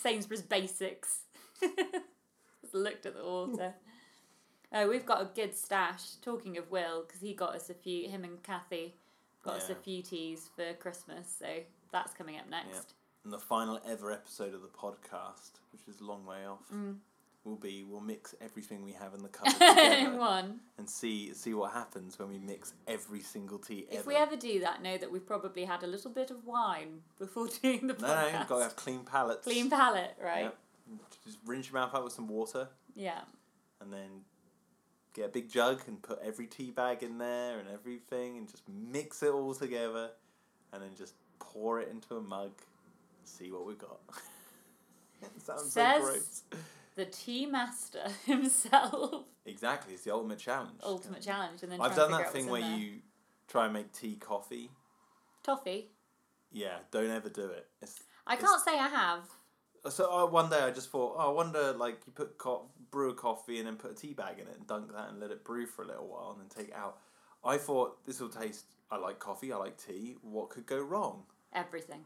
S1: Sainsbury's Basics. just looked at the water. Oh, we've got a good stash. Talking of Will, because he got us a few. Him and Kathy got us a
S2: Yeah.
S1: few teas for Christmas, so that's coming up next.
S2: And the final ever episode of the podcast, which is a long way off,
S1: Mm.
S2: will be we'll mix everything we have in the cupboard
S1: in
S2: together
S1: one.
S2: and see see what happens when we mix every single tea
S1: If
S2: ever.
S1: we ever do that, know that we've probably had a little bit of wine before doing the
S2: no, no,
S1: podcast.
S2: you've got to have clean palates.
S1: Clean palate, right?
S2: Yep. Just rinse your mouth out with some water.
S1: Yeah.
S2: and then get a big jug and put every tea bag in there and everything and just mix it all together and then just pour it into a mug see what we got it sounds
S1: Says-
S2: so gross
S1: The tea master himself.
S2: exactly it's the ultimate challenge
S1: Ultimate challenge. And then
S2: i've
S1: try
S2: done
S1: and figure out
S2: that thing where
S1: what's in there.
S2: you try and make tea coffee
S1: toffee.
S2: yeah don't ever do it it's
S1: I
S2: It's-
S1: can't say I have.
S2: so uh, one day I just thought, oh, I wonder like you put co- brew a coffee and then put a tea bag in it and dunk that and let it brew for a little while and then take it out. I thought this will taste. I like coffee. I like tea. What could go wrong?
S1: Everything.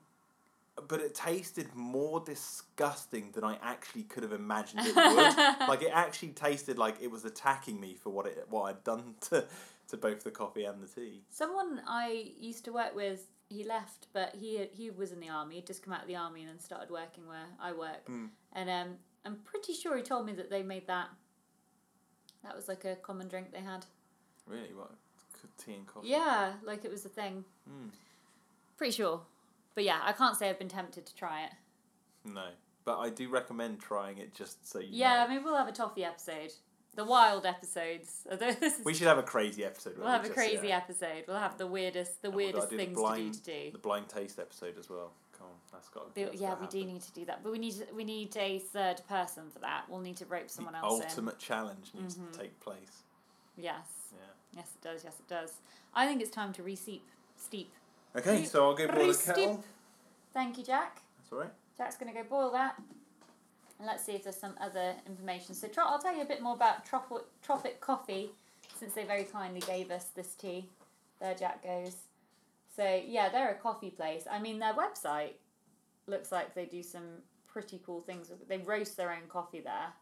S2: But it tasted more disgusting than I actually could have imagined it would. like it actually tasted like it was attacking me for what it what I'd done to to both the coffee and the tea.
S1: Someone I used to work with, he left, but he he was in the army. He'd just come out of the army and then started working where I work.
S2: Hmm.
S1: And um, I'm pretty sure he told me that they made that. That was like a common drink they had.
S2: Really, what c- tea and coffee?
S1: Yeah, like it was a thing.
S2: Hmm.
S1: Pretty sure. But yeah, I can't say I've been tempted to try it.
S2: No, but I do recommend trying it just so you.
S1: Yeah,
S2: know.
S1: maybe we'll have a toffee episode. The wild episodes. Although this is-
S2: We should have a crazy episode.
S1: we'll have a crazy episode. We'll have the weirdest the
S2: And we've
S1: weirdest
S2: gotta Oh do the
S1: things
S2: blind-
S1: to do to do.
S2: The blind taste episode as well. Come on, that's got.
S1: But
S2: that's
S1: yeah,
S2: gotta
S1: we do
S2: happen.
S1: need to do that. But we need we need a third person for that. We'll need to rope someone
S2: the
S1: else Mm-hmm.
S2: ultimate challenge needs to take place.
S1: in. Yes.
S2: Yeah.
S1: Yes it does, yes it does. I think it's time to reseep steep.
S2: Okay, so I'll go boil the
S1: Roasted.
S2: kettle.
S1: Thank you, Jack.
S2: That's all right.
S1: Jack's going to go boil that. And let's see if there's some other information. So tro- I'll tell you a bit more about Tropic, Tropic Coffee since they very kindly gave us this tea. There Jack goes. So yeah, they're a coffee place. I mean, their website looks like they do some pretty cool things. with- They roast their own coffee there.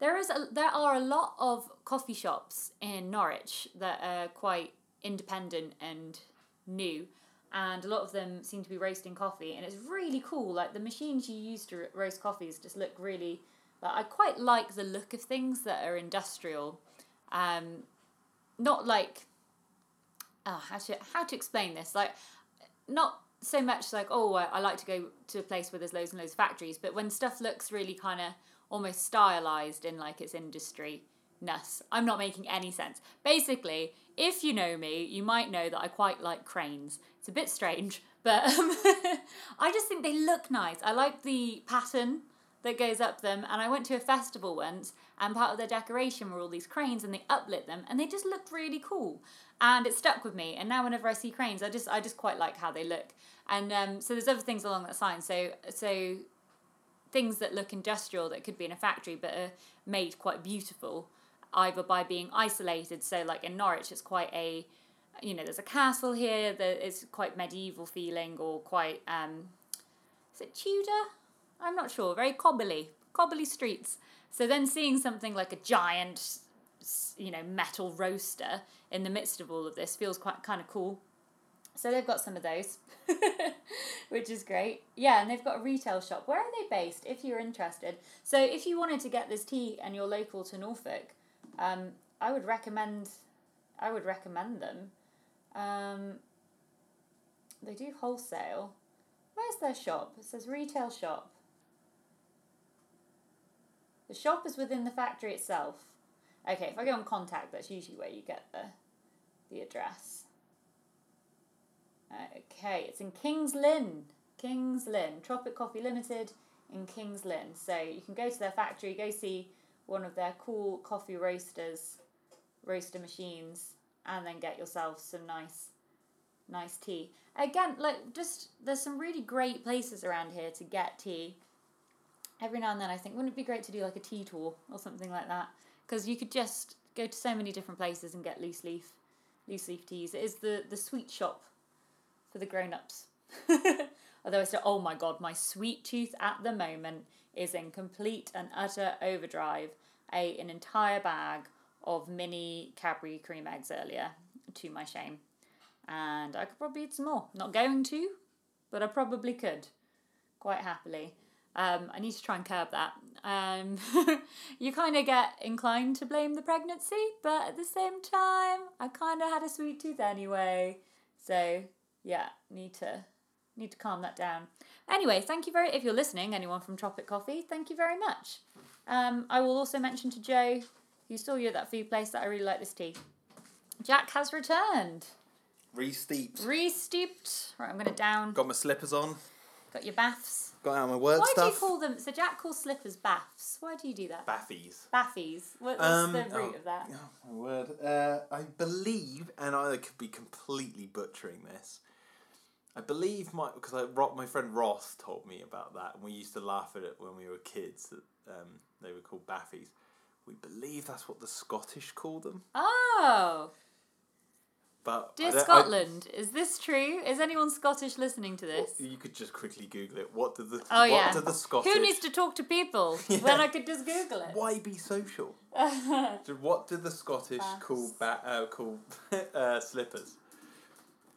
S1: There is a, there are a lot of coffee shops in Norwich that are quite independent and new and a lot of them seem to be roasting coffee and it's really cool like the machines you use to ro- roast coffees just look really like i quite like the look of things that are industrial um, not like oh, how to how to explain this like not so much like oh I, I like to go to a place where there's loads and loads of factories but when stuff looks really kind of almost stylized in like its industry ness i'm not making any sense basically if you know me you might know that i quite like cranes it's a bit strange but um, i just think they look nice i like the pattern that goes up them and i went to a festival once and part of their decoration were all these cranes and they uplit them and they just looked really cool and it stuck with me and now whenever i see cranes i just i just quite like how they look and um, so there's other things along that sign so so things that look industrial that could be in a factory but are made quite beautiful either by being isolated so like in norwich it's quite a you know there's a castle here that is quite medieval feeling or quite um is it tudor i'm not sure very cobbly cobbly streets so then seeing something like a giant s- you know metal roaster in the midst of all of this feels quite kind of cool so they've got some of those, which is great. Yeah, and they've got a retail shop. Where are they based? If you're interested, so if you wanted to get this tea and you're local to Norfolk, um, I would recommend, I would recommend them. Um, they do wholesale. Where's their shop? It says retail shop. The shop is within the factory itself. Okay, if I go on contact, that's usually where you get the, the address. Okay, it's in Kings Lynn. Kings Lynn, Tropic Coffee Limited in Kings Lynn. So you can go to their factory, go see one of their cool coffee roasters, roaster machines, and then get yourself some nice, nice tea. Again, like just there's some really great places around here to get tea. Every now and then, I think wouldn't it be great to do like a tea tour or something like that? Because you could just go to so many different places and get loose leaf, loose leaf teas. It is the the sweet shop for the grown ups. Although I said, oh my god, my sweet tooth at the moment is in complete and utter overdrive. I ate an entire bag of mini Cadbury cream eggs earlier, to my shame. And I could probably eat some more. Not going to, but I probably could quite happily. Um, I need to try and curb that. Um, you kind of get inclined to blame the pregnancy, but at the same time, I kind of had a sweet tooth anyway. So yeah, need to need to calm that down. Anyway, thank you very if you're listening, anyone from Tropic Coffee, thank you very much. Um, I will also mention to Joe, who saw you at that food place, that I really like this tea. Jack has returned,
S2: Re-steeped.
S1: re-steeped. Right, I'm gonna down.
S2: Got my slippers on.
S1: Got your baths.
S2: Got out my work
S1: Why do
S2: stuff.
S1: you call them? So Jack calls slippers baths. Why do you do that?
S2: Baffies.
S1: Baffies. What, what's
S2: Um,
S1: the root
S2: oh,
S1: of that?
S2: Oh my word! Uh, I believe, and I could be completely butchering this. I believe my because I Ro- my friend Ross told me about that, and we used to laugh at it when we were kids that um, they were called baffies. We believe that's what the Scottish call them,
S1: Oh,
S2: but I
S1: dear
S2: don't- I-
S1: Scotland, is this true? Is anyone Scottish listening to this?
S2: Oh, you could just quickly Google it. What did the
S1: Oh
S2: What
S1: yeah.
S2: did the Scottish?
S1: Who needs to talk to people when I could just Google it?
S2: Why be social? So what did the Scottish call ba- uh, call uh, slippers?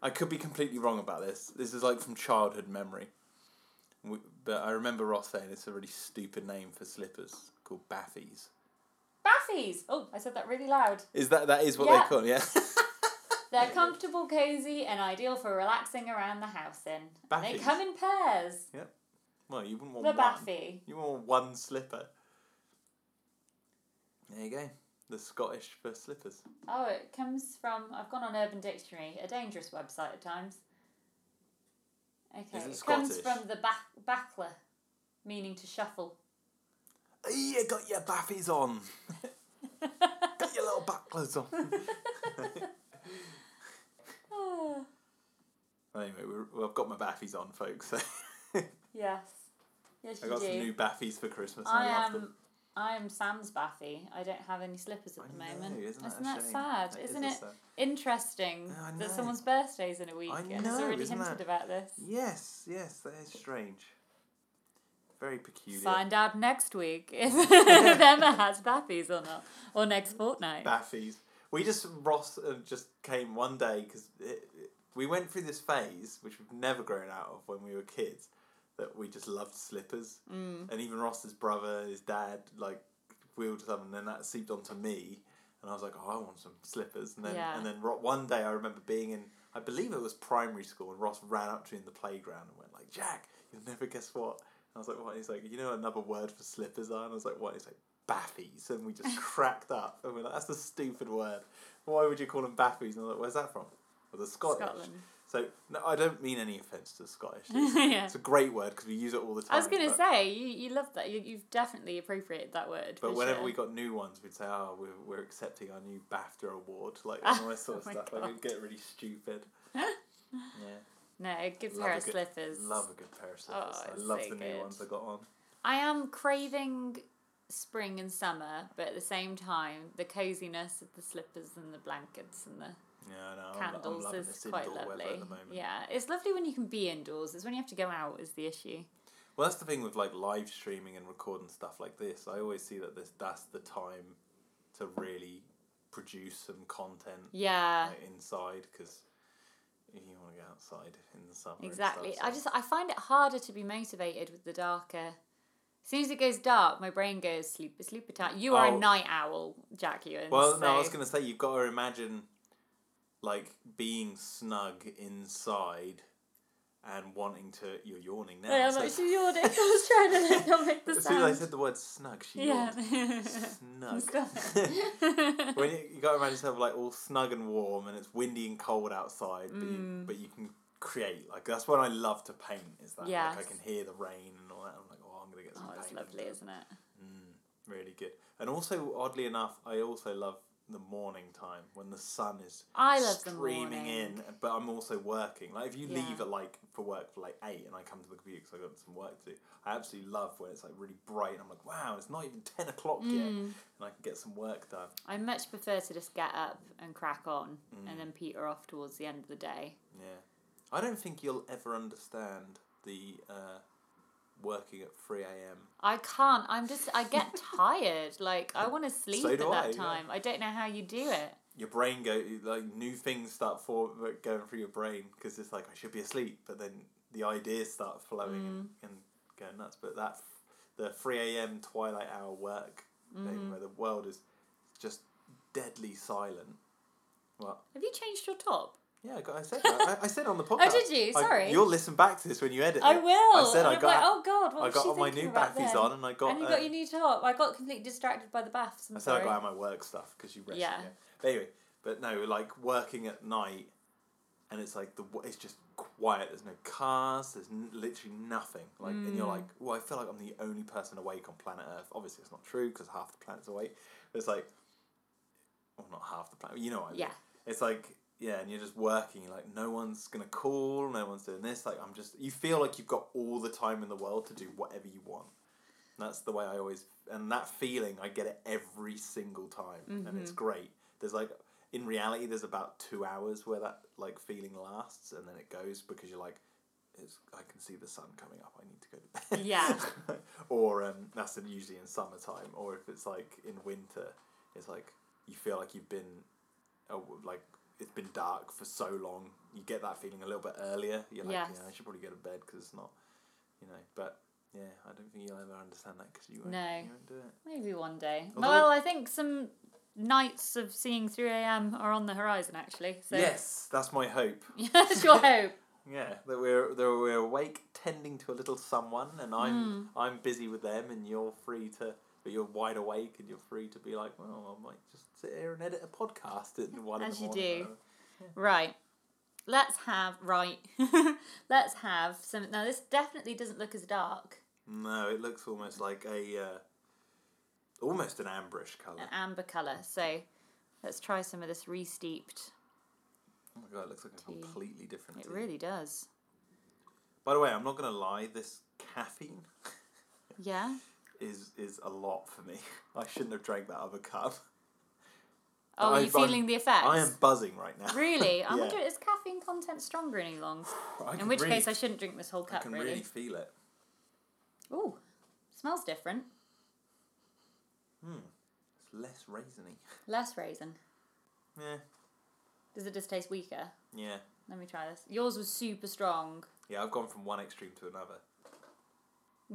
S2: I could be completely wrong about this. This is like from childhood memory. We, but I remember Ross saying it's a really stupid name for slippers called baffies.
S1: Baffies. Oh, I said that really loud.
S2: Is that that is what
S1: Yeah.
S2: they call? 'em, Yeah.
S1: They're comfortable, cozy, and ideal for relaxing around the house in. And They
S2: Baffies.
S1: come in pairs.
S2: well, you wouldn't want
S1: The
S2: one.
S1: baffy.
S2: You want one slipper. There you go. The Scottish for slippers.
S1: Oh, it comes from. I've gone on Urban Dictionary, a dangerous website at times. Okay,
S2: Is it
S1: comes
S2: Scottish?
S1: from the back backler, meaning to shuffle.
S2: You got your baffies on. got your little backlers on.
S1: Ah,
S2: Anyway, we're, well, I've got my baffies on, folks. So
S1: yes. Yes,
S2: I
S1: you
S2: got
S1: do.
S2: some new baffies for Christmas. and
S1: I
S2: love
S1: am.
S2: them.
S1: I am Sam's Baffy. I don't have any slippers at the
S2: I know,
S1: moment.
S2: isn't that a
S1: that
S2: shame?
S1: sad?
S2: That
S1: is
S2: is
S1: isn't
S2: a
S1: it
S2: sad-
S1: interesting
S2: I know.
S1: that someone's birthday's in a week?
S2: I
S1: and it's
S2: know,
S1: already
S2: isn't
S1: hinted
S2: that-
S1: about this.
S2: Yes, yes, that is strange. Very peculiar.
S1: Find out next week if Emma has Baffies or not, or next fortnight.
S2: Baffies. We just Ross uh, just came one day because we went through this phase which we've never grown out of when we were kids that we just loved slippers
S1: Mm.
S2: and even Ross's brother, his dad, like we all just have, and then that seeped onto me. and I was like, oh, I want some slippers. And then
S1: Yeah.
S2: and then Ro- one day I remember being in, I believe it was primary school, and Ross ran up to me in the playground and went like, Jack, you'll never guess what. And I was like, what? And he's like, you know, what another word for slippers are. And I was like, what? And he's like, baffies. And we just cracked up, and we're like, that's the stupid word. Why would you call them baffies? And I was like, where's that from? Well, the Scottish.
S1: Scotland.
S2: So no, I don't mean any offense to the Scottish. It's,
S1: yeah.
S2: it's a great word because we use it all the time.
S1: I was going to
S2: but-
S1: say, you, you love that. You, you've definitely appropriated that word.
S2: but
S1: for
S2: whenever
S1: sure.
S2: we got new ones, we'd say, "Oh, we're, we're accepting our new BAFTA award," like and all this sort of
S1: Oh my
S2: stuff. Like it'd get really stupid. yeah,
S1: No, a good
S2: Love
S1: pair
S2: a
S1: of
S2: good-
S1: slippers.
S2: love a good pair of slippers.
S1: Oh,
S2: I
S1: it's
S2: love
S1: so
S2: the new
S1: good.
S2: ones I got on.
S1: I am craving spring and summer, but at the same time, the coziness of the slippers and the blankets and the
S2: Yeah, I know. I'm, I'm
S1: candles
S2: loving
S1: is
S2: this
S1: quite
S2: indoor
S1: lovely.
S2: weather at the moment.
S1: Yeah, it's lovely when you can be indoors. It's when you have to go out is the issue.
S2: Well, that's the thing with like live streaming and recording stuff like this. I always see that this that's the time to really produce some content
S1: Yeah.
S2: like, inside because you want to go outside in the summer. and stuff,
S1: Exactly.
S2: so-
S1: I just I find it harder to be motivated with the darker. As soon as it goes dark, my brain goes sleep, sleep attack. You are
S2: Oh.
S1: a night owl, Jack Ewan.
S2: Well,
S1: so.
S2: no, I was gonna say you've got to imagine, like being snug inside, and wanting to. You're yawning now.
S1: Yeah, I'm
S2: so-
S1: like, she's yawning. I was trying to like, not make the
S2: as soon as I
S1: sound.
S2: said the word snug, she
S1: Yeah.
S2: yawned. Snug.
S1: Stop it.
S2: when you, you got to imagine yourself like all snug and warm, and it's windy and cold outside, but you,
S1: Mm.
S2: but you can create. Like that's what I love to paint. Is that like
S1: Yes.
S2: I can hear the rain and all that. I'm like, oh, I'm gonna get some
S1: oh, it's
S2: paint.
S1: lovely, isn't it?
S2: Really good. And also, oddly enough, I also love the morning time when the sun is
S1: I love the
S2: streaming
S1: morning.
S2: in, but I'm also working. Like if you leave
S1: Yeah.
S2: at like for work for like eight, and I come to the computer because I got some work to do. I absolutely love when it's like really bright, and I'm like, wow, it's not even ten o'clock yet,
S1: Mm.
S2: and I can get some work done.
S1: I much prefer to just get up and crack on and
S2: Mm.
S1: then peter off towards the end of the day.
S2: Yeah, I don't think you'll ever understand the uh, working at three a.m.
S1: I can't. I'm just. I get tired. Like I want to sleep
S2: So
S1: at
S2: do
S1: that
S2: I, yeah.
S1: time. I don't know how you do it.
S2: Your brain go like new things start for going through your brain because it's like I should be asleep, but then the ideas start flowing and,
S1: Mm.
S2: and going nuts. But that the three a.m. twilight hour work
S1: Mm-hmm.
S2: thing where the world is just deadly silent. Well,
S1: Have you changed your top?
S2: yeah, I, got, I said that. I, I said on the podcast.
S1: Oh, did you?
S2: I-
S1: Sorry.
S2: you'll listen back to this when you edit.
S1: I
S2: it.
S1: will.
S2: I said
S1: and
S2: I
S1: I'm
S2: got.
S1: like, oh God, what
S2: I
S1: was
S2: got
S1: she
S2: all my
S1: thinking
S2: new
S1: about
S2: baffies
S1: then?
S2: on, and I got.
S1: and you
S2: uh,
S1: got your new top. I got completely distracted by the baths. I'm
S2: I said I
S1: sorry.
S2: got out my work stuff because you rested.
S1: Yeah.
S2: Yeah. But anyway, but no, like working at night, and it's like the w- it's just quiet. There's no cars. There's n- literally nothing. Like, and you're like, well, I feel like I'm the only person awake on planet Earth. Obviously, it's not true because half the planet's awake. But it's like, well, not half the planet. You know what I mean?
S1: Yeah.
S2: It's like. Yeah, and you're just working. You're like, no one's gonna call. No one's doing this. Like, I'm just. You feel like you've got all the time in the world to do whatever you want. That's the way I always, and that feeling I get it every single time, and it's great. There's like, in reality, there's about two hours where that like feeling lasts, and then it goes because you're like, it's I can see the sun coming up. I need to go to bed.
S1: Yeah.
S2: or um, that's in- usually in summertime, or if it's like in winter, it's like you feel like you've been, oh, like it's been dark for so long. You get that feeling a little bit earlier. You're like,
S1: Yes.
S2: yeah, I should probably go to bed because it's not, you know, but. Yeah, I don't think you'll ever understand that because you won't.
S1: No.
S2: You won't do it.
S1: Maybe one day.
S2: Although-
S1: well, I think some nights of seeing 3 a.m. are on the horizon, actually. So.
S2: Yes, that's my hope.
S1: That's your hope.
S2: Yeah, that we're that we're awake, tending to a little someone, and I'm
S1: Hmm.
S2: I'm busy with them, and you're free to. But you're wide awake, and you're free to be like, well, I might just sit here and edit a podcast at one in
S1: As
S2: the
S1: you
S2: morning.
S1: do. Right. Let's have, right. Let's have some. Now, this definitely doesn't look as dark.
S2: No, it looks almost like a, uh, almost an ambrish color.
S1: An amber colour. So let's try some of this re steeped.
S2: Oh my god, it looks like a
S1: Tea.
S2: completely different.
S1: It
S2: tea.
S1: really does.
S2: By the way, I'm not gonna lie. This caffeine
S1: Yeah.
S2: is is a lot for me. I shouldn't have drank that other cup.
S1: Oh, are you
S2: I've- I'm-
S1: feeling the effects?
S2: I am buzzing right now.
S1: Really? I
S2: Yeah.
S1: wonder, is caffeine content stronger in longs?
S2: I
S1: In
S2: can
S1: which
S2: really
S1: case, I shouldn't drink this whole
S2: I
S1: cup,
S2: can
S1: really.
S2: really feel it.
S1: Ooh, smells different.
S2: It's less raisiny.
S1: Less raisin.
S2: Yeah,
S1: Does it just taste weaker?
S2: yeah,
S1: Let me try this. Yours was super strong.
S2: yeah. I've gone from one extreme to another.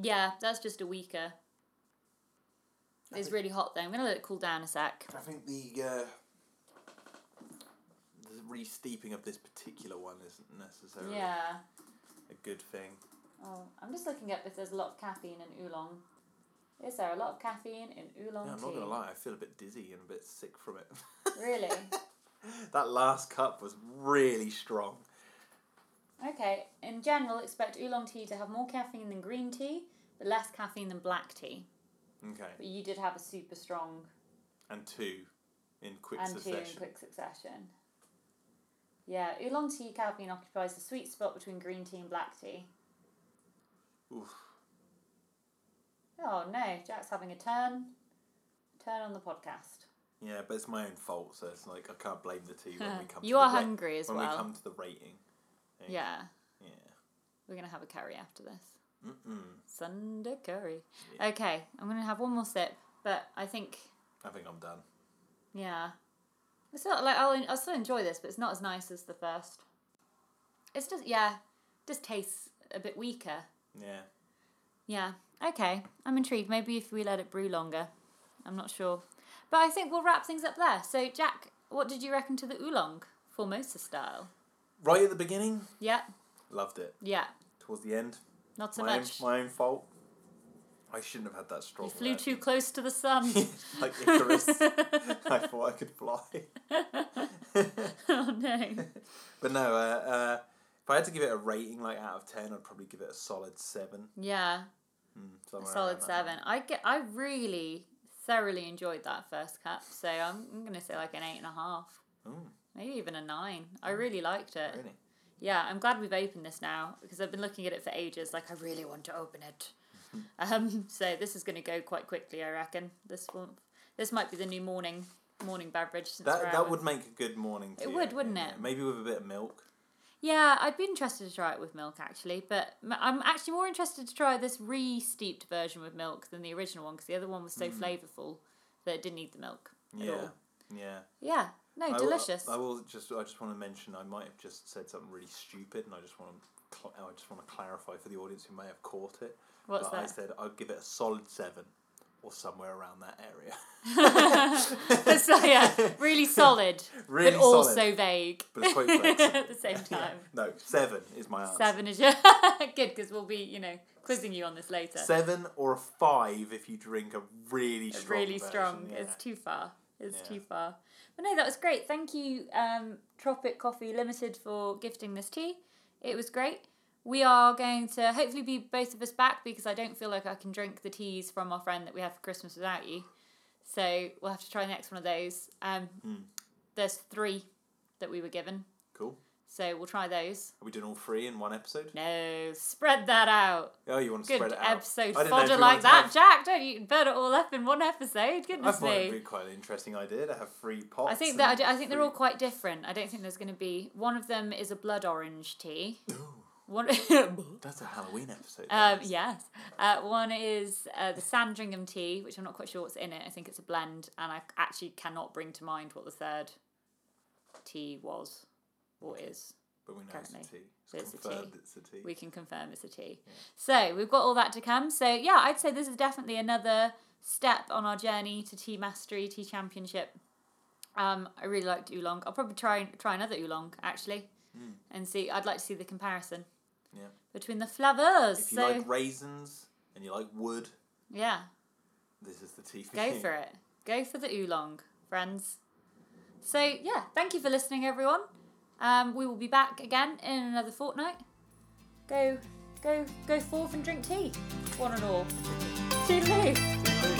S1: Yeah, that's just a weaker. It's really hot though. I'm going to let it cool down a sec.
S2: I think the uh, the re-steeping of this particular one isn't necessarily
S1: Yeah.
S2: a good thing.
S1: Oh, I'm just looking up if there's a lot of caffeine in oolong. Is there a lot of caffeine in oolong
S2: Yeah, I'm
S1: tea?
S2: not gonna lie, I feel a bit dizzy and a bit sick from it.
S1: Really?
S2: that last cup was really strong.
S1: Okay. In general, expect oolong tea to have more caffeine than green tea, but less caffeine than black tea.
S2: Okay,
S1: But you did have a super strong
S2: and two in quick
S1: and two in
S2: succession.
S1: quick succession. Yeah, oolong tea caffeine occupies the sweet spot between green tea and black tea.
S2: Oof.
S1: Oh no, Jack's having a turn. Turn on the podcast.
S2: Yeah, but it's my own fault, so it's like I can't blame the tea when we come.
S1: you
S2: to
S1: are
S2: the ra-
S1: hungry as
S2: when we
S1: well.
S2: come to the rating. thing.
S1: yeah,
S2: Yeah.
S1: we're gonna have a curry after this.
S2: Mm-mm.
S1: Sunday curry.
S2: Yeah.
S1: Okay, I'm gonna have one more sip, but I think
S2: I think I'm done.
S1: yeah, it's not like I'll, I'll still enjoy this, but it's not as nice as the first. It's just yeah, just tastes a bit weaker.
S2: Yeah.
S1: Yeah. Okay. I'm intrigued. Maybe if we let it brew longer. I'm not sure. But I think we'll wrap things up there. So, Jack, what did you reckon to the oolong? Formosa style.
S2: Right at the beginning,
S1: Yeah.
S2: loved it.
S1: Yeah.
S2: Towards the end,
S1: Not so
S2: my own,
S1: much.
S2: my own fault. I shouldn't have had that strong.
S1: you flew
S2: reaction.
S1: too close to the sun.
S2: like Icarus. I thought I could fly.
S1: oh, no.
S2: But no, uh, uh, if I had to give it a rating, like out of ten, I'd probably give it a solid seven.
S1: Yeah.
S2: Mm,
S1: A
S2: somewhere around
S1: solid
S2: that.
S1: seven. I, get, I really thoroughly enjoyed that first cup. So, I'm, I'm going to say like an eight and a half.
S2: Mm.
S1: Maybe even a nine. I really liked it.
S2: Really?
S1: Yeah, I'm glad we've opened this now because I've been looking at it for ages. Like, I really want to open it. um, so this is going to go quite quickly, I reckon. This one, this might be the new morning morning beverage. Since we're
S2: That
S1: out
S2: that
S1: of-
S2: would make a good morning.
S1: It
S2: tea, I
S1: would,
S2: think,
S1: wouldn't
S2: yeah.
S1: it?
S2: Maybe with a bit of milk.
S1: Yeah, I'd be interested to try it with milk actually, but m- I'm actually more interested to try this re-steeped version with milk than the original one because the other one was so flavourful that it didn't need the milk at
S2: Mm. Yeah,
S1: all.
S2: yeah.
S1: Yeah,
S2: I
S1: no,
S2: will-
S1: delicious.
S2: I will just. I just want to mention. I might have just said something really stupid, and I just want to. Cl- I just want to clarify for the audience who may have caught it.
S1: What's
S2: but I
S1: that?
S2: said I'd give it a solid seven, or somewhere around that area.
S1: so yeah, really solid,
S2: really
S1: but
S2: solid.
S1: also vague
S2: but it's quite flexible.
S1: at the same time.
S2: No, seven is my answer.
S1: Seven is your good because we'll be you know quizzing you on this later.
S2: Seven or a five if you drink a really strong.
S1: really
S2: version,
S1: strong.
S2: yeah.
S1: It's too far. It's
S2: Yeah.
S1: too far. But no, that was great. Thank you, um, Tropic Coffee Limited, for gifting this tea. It was great. We are going to hopefully be both of us back because I don't feel like I can drink the teas from our friend that we had for Christmas without you. So we'll have to try the next one of those. Um,
S2: Hmm.
S1: There's three that we were given,
S2: cool.
S1: so we'll try those.
S2: Are we doing all three in one episode?
S1: No, spread that out.
S2: Oh, you want to
S1: Good
S2: spread it out?
S1: episode
S2: I didn't know if
S1: fodder
S2: you
S1: like
S2: wanted to
S1: that,
S2: have-
S1: Jack. Don't you burn it all up in one episode?
S2: I
S1: Goodness
S2: thought
S1: me.
S2: it'd be quite an interesting idea to have three pots.
S1: I think
S2: and
S1: that I, d- I think they're
S2: three-
S1: all quite different. I don't think there's going to be one of them is a blood orange tea. One,
S2: That's a Halloween episode.
S1: um, yes, uh, one is uh, the Sandringham tea, which I'm not quite sure what's in it. I think it's a blend, and I actually cannot bring to mind what the third tea was or is.
S2: but we know it's a
S1: currently.
S2: tea.
S1: It's
S2: It's
S1: a tea.
S2: confirmed it's a tea.
S1: We can confirm it's a tea. So we've got all that to come. So yeah, I'd say this is definitely another step on our journey to tea mastery, tea championship. Um, I really liked oolong. I'll probably try try another oolong actually, and see. I'd like to see the comparison
S2: Hmm. Yeah.
S1: between the flavors.
S2: If you
S1: So
S2: like raisins and you like wood,
S1: yeah,
S2: this is the tea for
S1: go
S2: you.
S1: for it. Go for the oolong, friends. So yeah, thank you for listening, everyone. Um, we will be back again in another fortnight. Go, go, go forth and drink tea, one and all. Toodaloo.
S2: it.